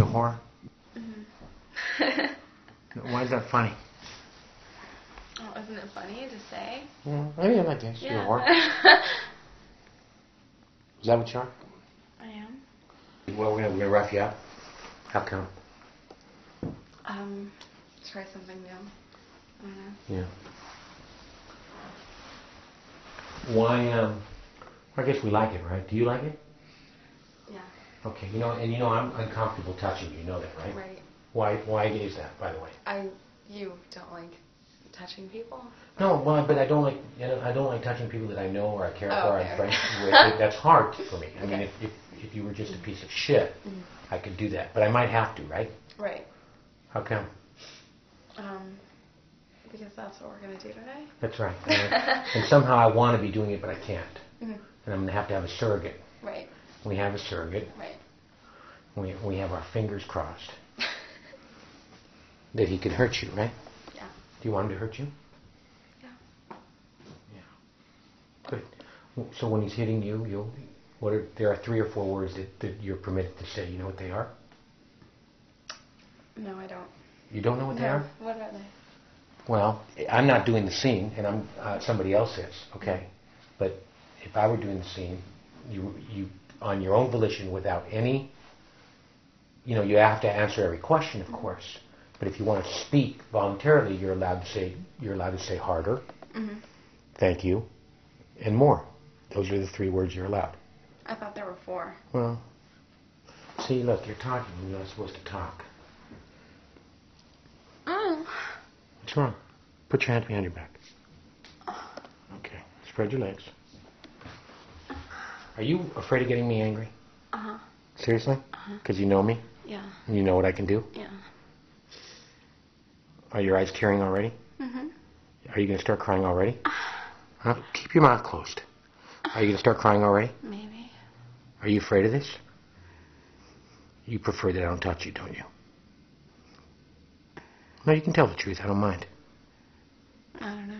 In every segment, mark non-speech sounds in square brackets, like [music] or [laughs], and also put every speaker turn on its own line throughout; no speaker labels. horror? Why is that funny?
oh, isn't it funny to say?
Mm, I mean, I guess you're a
[laughs]
whore. Is that what you are?
I am.
Well, we're going to rough you up. How come?
Um, try something new. I don't know.
Yeah. Why, um, I guess we like it, right? Do you like it?
Yeah.
Okay, you know, and you know, I'm uncomfortable touching you, you know that, right?
Right.
Why, why is that, by the way?
I you don't like touching people.
No, well, but I don't like, you know, I don't like touching people that I know or I care
Oh,
for or
okay.
I'm friends with. It- That's
[laughs]
hard for me. I mean,
Okay. Mm-hmm.
if, if, if you were just a piece of shit, I could do that, but I might have to, right?
Right.
How come?
Um, because that's what we're gonna do today.
That's right. and somehow I want to be doing it, but I can't.
Mhm.
And I'm going to have to have a surrogate.
Right.
We have a surrogate.
Right. [laughs]
We, we have our fingers crossed that he could hurt you, right?
Yeah.
Do you want him to hurt you?
Yeah.
Yeah. Good. W- So when he's hitting you, you'll. What are, there are three or four words that, that you're permitted to say. You know what they are?
No, I don't.
You don't know what
no.
they are?
What are they?
Well, I'm not doing the scene, and I'm uh, somebody else is. Okay, but if I were doing the scene, you you on your own volition, without any. You know, you have to answer every question, of course. But if you want to speak voluntarily, you're allowed to say you're allowed to say harder,
Mhm.
thank you, and more. Those are the three words you're allowed.
I thought there were four.
Well, see, look, you're talking. You're not supposed to talk.
Oh.
What's wrong? Put your hands behind your back. Okay. Spread your legs. Are you afraid of getting me angry?
Uh huh.
Seriously? Because you know me
Uh-huh. Yeah.
and you know what I can do?
Yeah.
Are your eyes tearing already?
Mhm.
Are you going to start crying already?
Uh-huh.
Huh? Keep your mouth closed. Are you going to start crying already?
Maybe.
Are you afraid of this? You prefer that I don't touch you, don't you? No, you can tell the truth. I don't mind.
I don't know.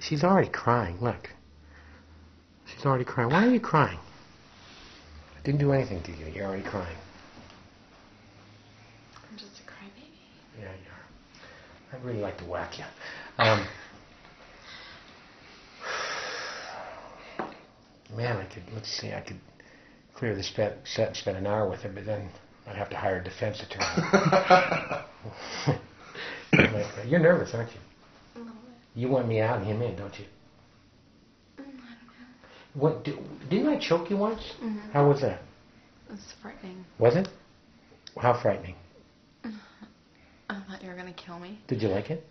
She's already crying. Look. She's already crying. Why are you crying? I didn't do anything to you. You're already crying.
I'm just a crybaby.
Yeah, you are. I'd really like to whack you. Um, man, I could, let's see, I could clear the set, set and spend an hour with her, but then I'd have to hire a defense
[laughs]
attorney. [laughs] You're nervous, aren't you?
A little bit.
You want me out and him in, don't you?
Mm, I don't know.
What di- didn't I choke you once?
Mhm.
How was that?
It's frightening.
Was it? How frightening.
Mm-hmm. I thought you were gonna kill me.
Did you like it?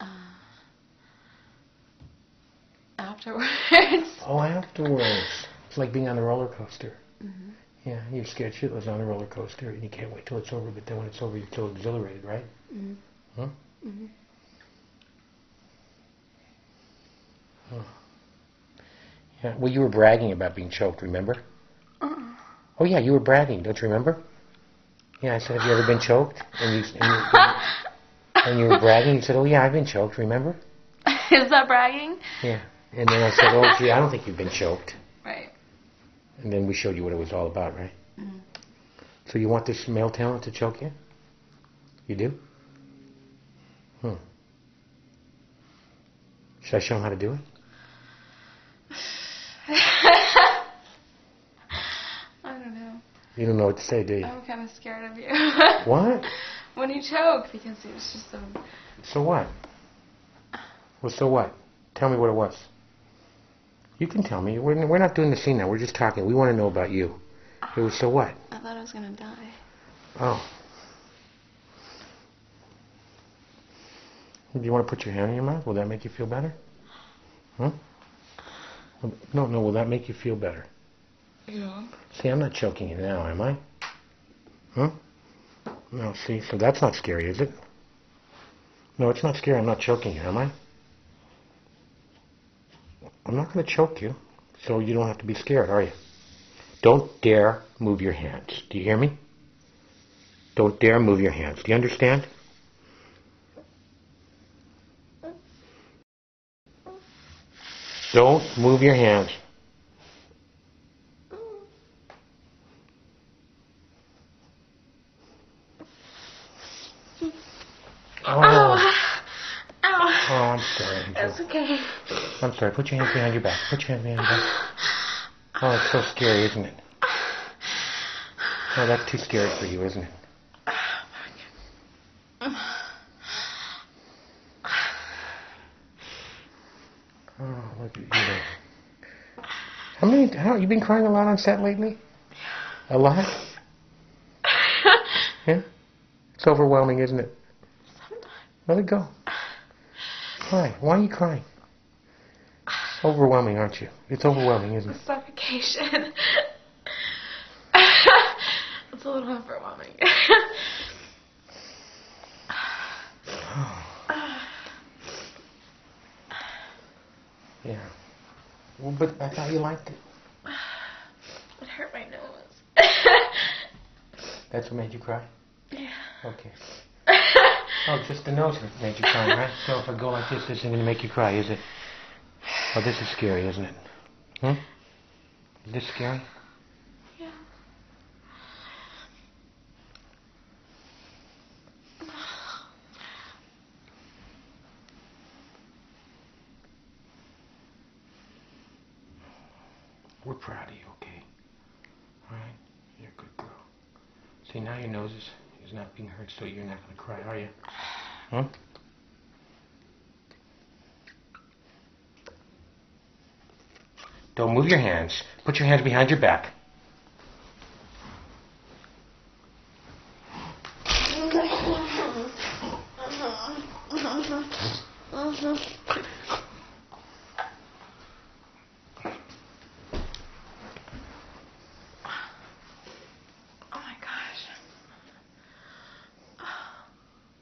Uh, [laughs] afterwards.
Oh, afterwards. It's like being on a roller coaster.
hmm
Yeah, you're scared shitless on a roller coaster, and you can't wait till it's over. But then when it's over, you're so exhilarated, right?
hmm
Huh?
hmm
Yeah. Well, you were bragging about being choked. Remember?
Uh.
Oh yeah, you were bragging. Don't you remember? Yeah, I said, have you ever been choked? And you and you, and you were bragging. You said, oh yeah, I've been choked. Remember?
[laughs] Is that bragging?
Yeah. And then I said, oh gee, I don't think you've been choked.
Right.
And then we showed you what it was all about, right?
Mhm.
So you want this male talent to choke you? You do? Hmm. Should I show him how to do it?
I don't know.
You don't know what to say, do you?
I'm kind of scared of you.
[laughs] What?
[laughs] when you choke, because it was just a.
So what? Well, so what? Tell me what it was. You can tell me. We're, we're not doing the scene now. We're just talking. We want to know about you. It was so what?
I thought I was gonna die.
Oh. Do you want to put your hand in your mouth? Will that make you feel better? Huh? No, no. Will that make you feel better?
Yeah.
See, I'm not choking you now, am I? Huh? No, see, so that's not scary, is it? No, it's not scary. I'm not choking you, am I? I'm not going to choke you, so you don't have to be scared, are you? Don't dare move your hands. Do you hear me? Don't dare move your hands. Do you understand? Don't move your hands. Oh, I'm sorry. I'm
That's
so-
[sighs] okay.
I'm sorry. Put your hands behind your back. Put your hands behind your back. Oh, it's so scary, isn't it? Oh, that's too scary for you, isn't it? Oh, look at you. How many? How you been crying a lot on set lately? A lot? Yeah. It's overwhelming, isn't it? Let it go. Cry. Why are you crying? It's overwhelming, aren't you? It's overwhelming, isn't it?
Suffocation. it's a little overwhelming.
Yeah. Well, but I thought you liked it.
it hurt my nose.
That's what made you cry.
yeah.
Okay. Oh, just the nose that made you cry, right? So if I go like this, this isn't gonna make you cry, is it? Oh, this is scary, isn't it? Hmm? Is this scary?
yeah.
We're proud of you, okay? Alright? You're a good girl. See, now your nose is, is not being hurt, so you're not going to cry, are you? Hmm? Huh? Don't move your hands. Put your hands behind your back. Hmm?
Oh Oh my gosh.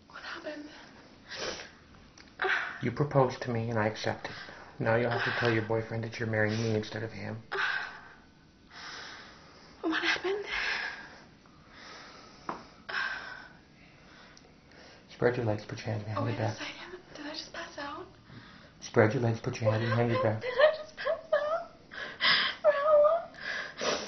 What happened?
You proposed to me, and I accepted. Now you'll have to tell your boyfriend that you're marrying me instead of him.
What happened?
Spread your legs, put your hands
Oh,
behind
wait
your
a
back.
second. Did I just pass out?
Spread your legs, put your hands behind your back.
Did I just pass out? For how long?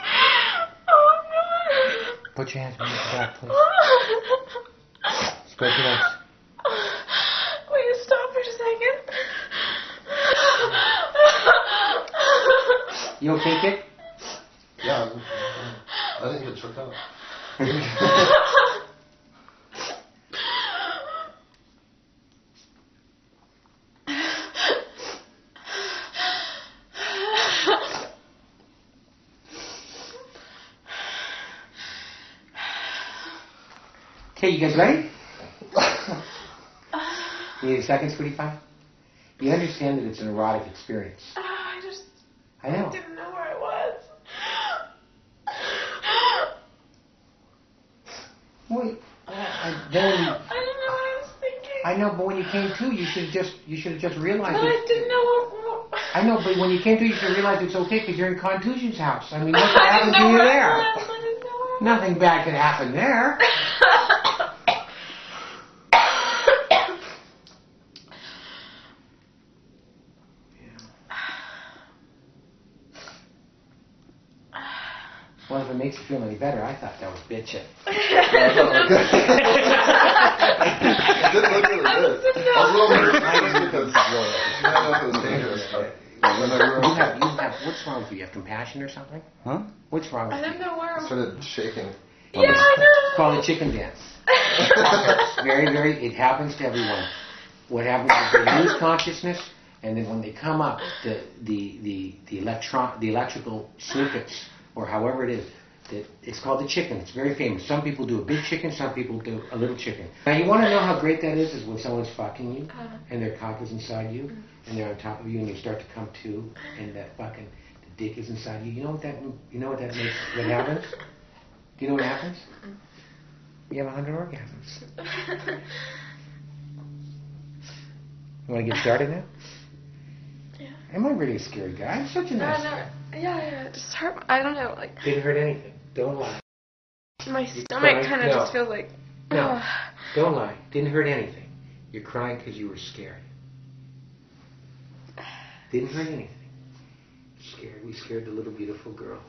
Oh no!
Put your hands behind your back, please. Spread your legs.
Will you stop for a second?
You okay, kid?
Yeah, I, was- I didn't get choked up.
Okay, you guys ready? [laughs] you need a second, sweetie pie? You understand that it's an erotic experience.
Oh, I just
I know.
didn't know where I was.
Wait, I, I,
I didn't
then,
know what I was thinking.
I know, but when you came to, you should have just, you should have just
But
realized
I
it.
didn't know what.
I know, but when you came to, you should have realized it's okay because you're in Contusion's house. I mean, what could
I
happen
didn't
to
know
you
where
there?
I was. I didn't know where I was.
Nothing bad could happen there. Well, if it makes you feel any better, I thought that was bitchin'.
It did look really good. I was a little nervous because uh, I don't know if it was dangerous, but uh, when I
You have, you
realized
have, what's wrong with you? You have compassion or something?
Huh?
What's wrong
I
with
didn't
you?
know where I
I
was.
started shaking.
Yeah,
It's
I
called the chicken dance. It's very, very, it happens to everyone. What happens is they lose consciousness, and then when they come up, the, the, the, the, electron, the electrical circuits, or however it is, that it's called the chicken. It's very famous. Some people do a big chicken, some people do a little chicken. Now, you want to know how great that is, is when someone's fucking you,
Uh-huh.
and their cock is inside you,
Mm-hmm.
and they're on top of you, and you start to come to, and that fucking the dick is inside you. You know what that, you know what that makes, what happens? Do you know what happens?
Mm-hmm.
You have a 100 orgasms.
know.
You want to get started now?
[laughs] Yeah.
Am I really a scary guy? I'm such a
No,
nice
I never. Yeah, yeah, it just hurt. I don't know, like
Didn't hurt anything. Don't lie.
my
You're
stomach
crying?
kind of
No.
just feels like.
No. Don't lie. Didn't hurt anything. You're crying because you were scared. Didn't hurt anything. Scared. We scared the little beautiful girl.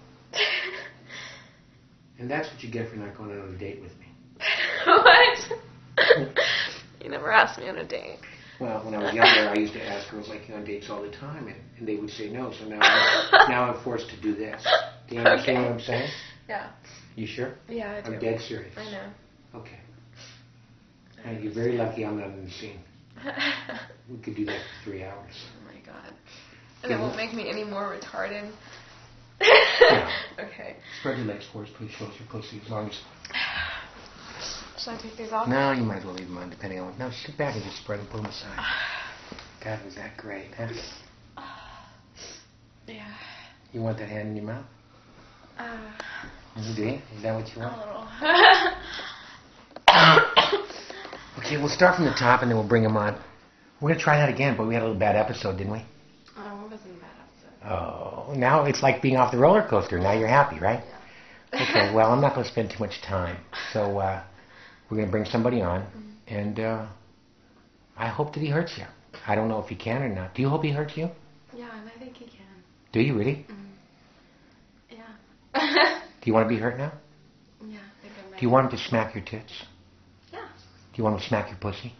And that's what you get for not going out on a date with me.
[laughs] what? you never asked me on a date.
Well, when I was younger, I used to ask girls like you on dates all the time, and, and they would say no. So now, I'm, now I'm forced to do this. Do you understand
Okay.
what I'm saying?
[laughs] Yeah.
You sure?
Yeah, I do.
I'm dead serious.
I know.
Okay. Now, you're very lucky I'm not in the scene.
[laughs] oh
We could do that for three hours.
my god. And it won't make me any more retarded. [laughs] okay.
Spread your legs forward, please. Show us your pussy as long as.
Should I take these off?
No, you might as well leave them on, depending on. No, sit back and just spread and pull them aside. [sighs] God, was that great, huh?
[sighs] Yeah.
You want that hand in your mouth?
Uh,
You do? Is that what you
a
want?
little. [laughs]
Okay, we'll start from the top and then we'll bring them on. We're gonna try that again, but we had a little bad episode, didn't we?
oh, it wasn't bad episode.
Oh, now it's like being off the roller coaster. Now you're happy, right?
[laughs]
Okay, well, I'm not going to spend too much time. So uh, we're going to bring somebody on, and uh, I hope that he hurts you. I don't know if he can or not. Do you hope he hurts you?
Yeah, and I think he can. Mm.
Do you really?
Yeah. [laughs]
Do you want to be hurt now?
yeah, I think I might.
Do you want him to smack your tits?
Yeah.
Do you want him to smack your pussy?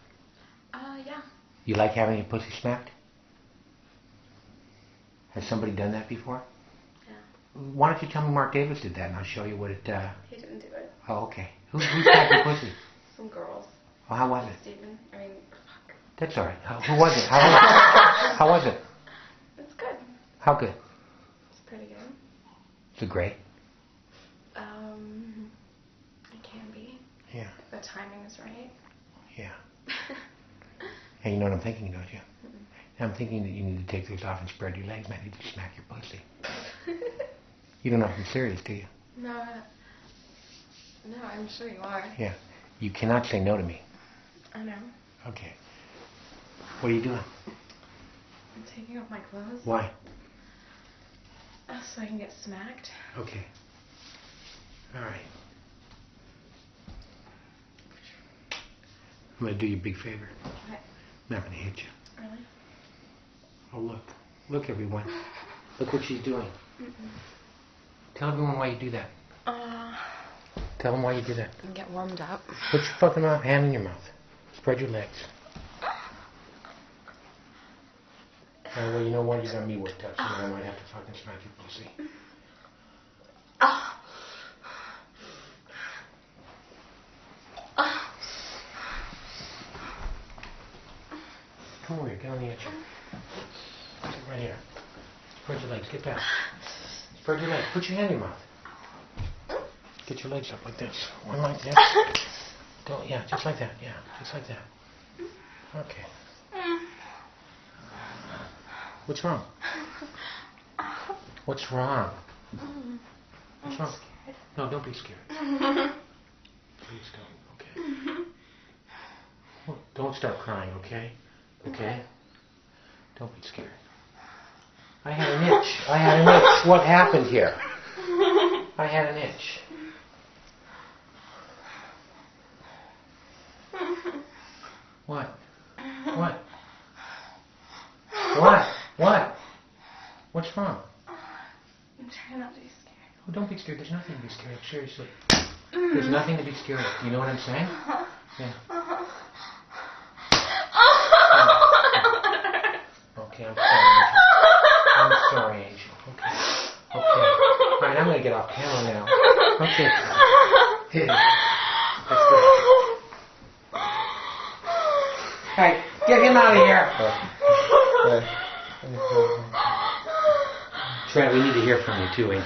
Uh, yeah.
You like having your pussy smacked? Has somebody done that before?
Yeah.
Why don't you tell me Mark Davis did that, and I'll show you what it. Uh...
He didn't do it.
Oh, okay. Who, who smacked your pussy?
Some girls.
Well, how was it?
Steven. I mean, fuck.
That's all right. How, who was it? How was [laughs] it? How was it?
It's good.
How good?
It's pretty good.
Is it great?
Um, it can be.
Yeah,
if The timing is right. [laughs]
yeah. And you know what I'm thinking, don't you? I'm thinking that you need to take these off and spread your legs, and I need to smack your pussy. You don't know if I'm serious, do you?
no, I- no, I'm sure you are.
Yeah. You cannot say no to me.
I know.
Okay. What are you doing?
I'm taking off my clothes
Why?
uh, so I can get smacked.
Okay. All right. I'm going to do you a big favor.
What?
I'm not going to hit you.
Really?
Oh, look. Look, everyone. Look what she's doing. Tell everyone why you do that.
Uh,
Tell them why you do that.
and get warmed up.
Put your fucking mouth, hand in your mouth. Spread your legs. Oh, well, you know what? You got me worked up, so now I might have to fucking smack your pussy.
Oh.
Come over here. Get on the edge. Sit right here. Spread your legs. Get down. Spread your legs. Put your hand in your mouth. Get your legs up like this. One like this. Don't, yeah, just like that. Yeah, just like that. Okay.
Mm,
What's wrong? What's wrong?
mm,
What's wrong? No, don't be scared. Please don't. Okay. Well, Don't start crying, okay? Okay? Don't be scared. I had an itch. I had an itch. What happened here? I had an itch. What? What? What? What? What's wrong?
I'm trying not to be scared.
Oh, don't be scared. There's nothing to be scared of. Seriously. There's nothing to be scared of. You know what I'm saying? Yeah. Okay, I'm sorry. Angel. I'm sorry, Angel. Okay. Okay. All right, I'm going to get off camera now. Okay. Hey. Let's go. All right, get him out of here. Trent, we need to hear from you too, Angel.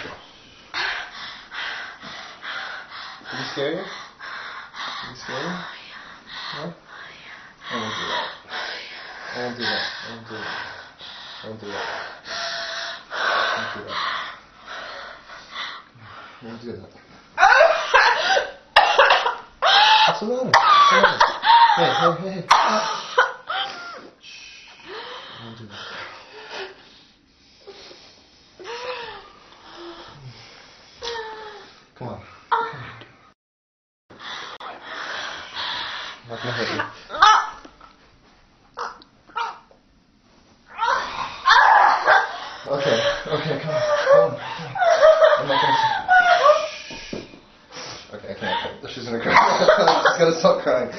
Did you scare you? Did you scare you? No? I won't do that. I won't do that. I won't do that. I won't do that. I won't do that. I won't do that. What's the matter? What's the matter? Hey, hey, hey. Shh. I won't do that.
[laughs]
Come on. Come on. I'm not gonna hurt you. [laughs] Okay, okay, come on. Come on. come on. I'm not gonna Oh, [laughs] crying.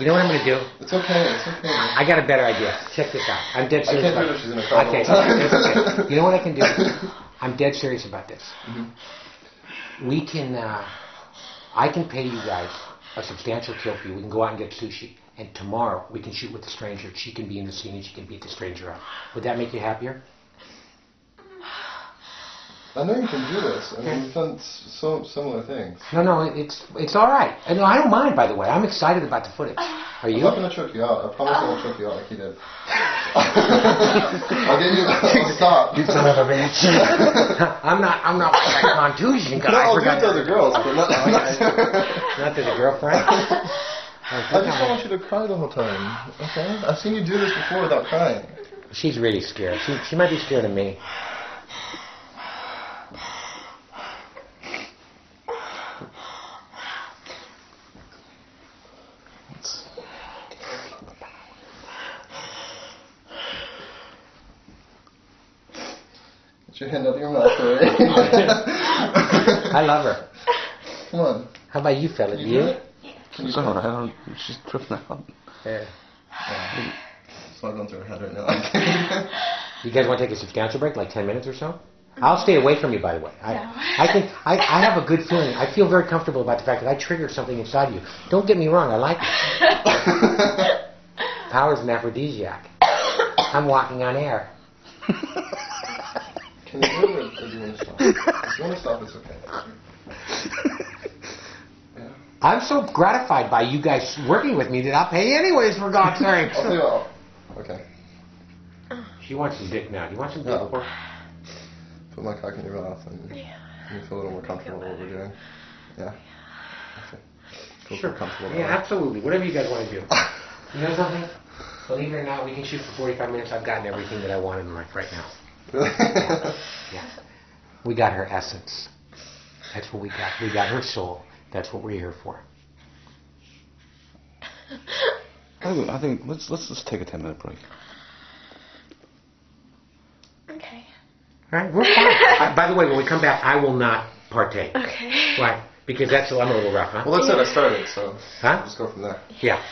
You know what I'm going to do?
[laughs] it's okay. It's okay.
I got a better idea. Check this out. I'm dead
I
serious
can't
about
do this. She's gonna cry the
Okay,
whole time.
that's
[laughs]
okay. You know what I can do? I'm dead serious about this.
Mm-hmm.
We can, uh, I can pay you guys a substantial kill fee. We can go out and get sushi. And tomorrow we can shoot with the stranger. She can be in the scene and she can beat the stranger up. Would that make you happier?
I know you can do this. I mean, you've done s- so similar things.
No, no, it- it's it's all right. And no, I don't mind, by the way. I'm excited about the footage. Are
I'm
you?
not gonna choke you out. I promise I won't choke you out like he did. [laughs] I'll get [laughs]
[laughs]
you. I'll stop.
You son of a bitch. [laughs] I'm not. I'm not like that contusion guy.
No,
I
I'll do it
forgot Oh,
to other girls, but not.
Not to the girlfriend. Oh, I
[laughs] I
think
just
I'm-
don't want you to cry the whole time. Okay? I've seen you do this before without crying.
She's really scared. She, she might be scared of me.
Get your hand out of your
[laughs]
mouth
Oh,
already.
I love her.
[laughs] Come on.
How about you, fella? Do
Can you do
you?
it? Can you
It's
do it?
alright, I don't- she's drifting out.
Yeah.
It's not going through her head [laughs] right now.
You guys want to take a substantial break, like 10 minutes or so? I'll stay away from you, by the way. I, I think I, I have a good feeling. I feel very comfortable about the fact that I triggered something inside you. Don't get me wrong. I like it. Power's an aphrodisiac. I'm walking on air.
Can you do it or do you want to stop? If you want to stop, it's okay. Yeah.
[laughs] I'm so gratified by you guys working with me that I'll pay anyways, for
[laughs]
God's sake.
I'll tell you what. Okay.
She wants some dick now. Do you want some dick?
No. Put my cock in your mouth and you feel a little more comfortable with what we're doing. Yeah. Okay. Feel more comfortable about
Yeah,
it.
absolutely. Whatever you guys want
[laughs]
to do. You know something? Believe it or not, we can shoot for 45 minutes. I've gotten everything that I want in life right now. [laughs]
Really?
Yeah. We got her essence. That's what we got. We got her soul. That's what we're here for.
I think- I think let's let's just take a ten minute break.
Okay.
All right? We're fine. I- by the way, when we come back, I will not partake.
Okay.
Why? Because that's, I'm a little rough, huh?
well, that's it. I started, so
Huh?
I'll just go from there.
Yeah.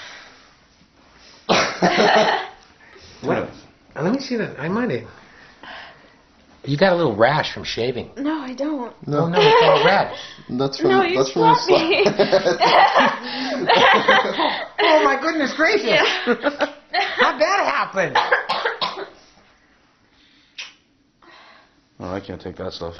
What?
Yeah.
Uh, Let me see that. I might have. You got a little rash from shaving.
No, I don't.
Oh, no, it's all red.
That's from
No, you
that's from
slapped me.
[laughs]
Oh, my goodness gracious. [laughs] How'd that happen?
No, I can't take that stuff.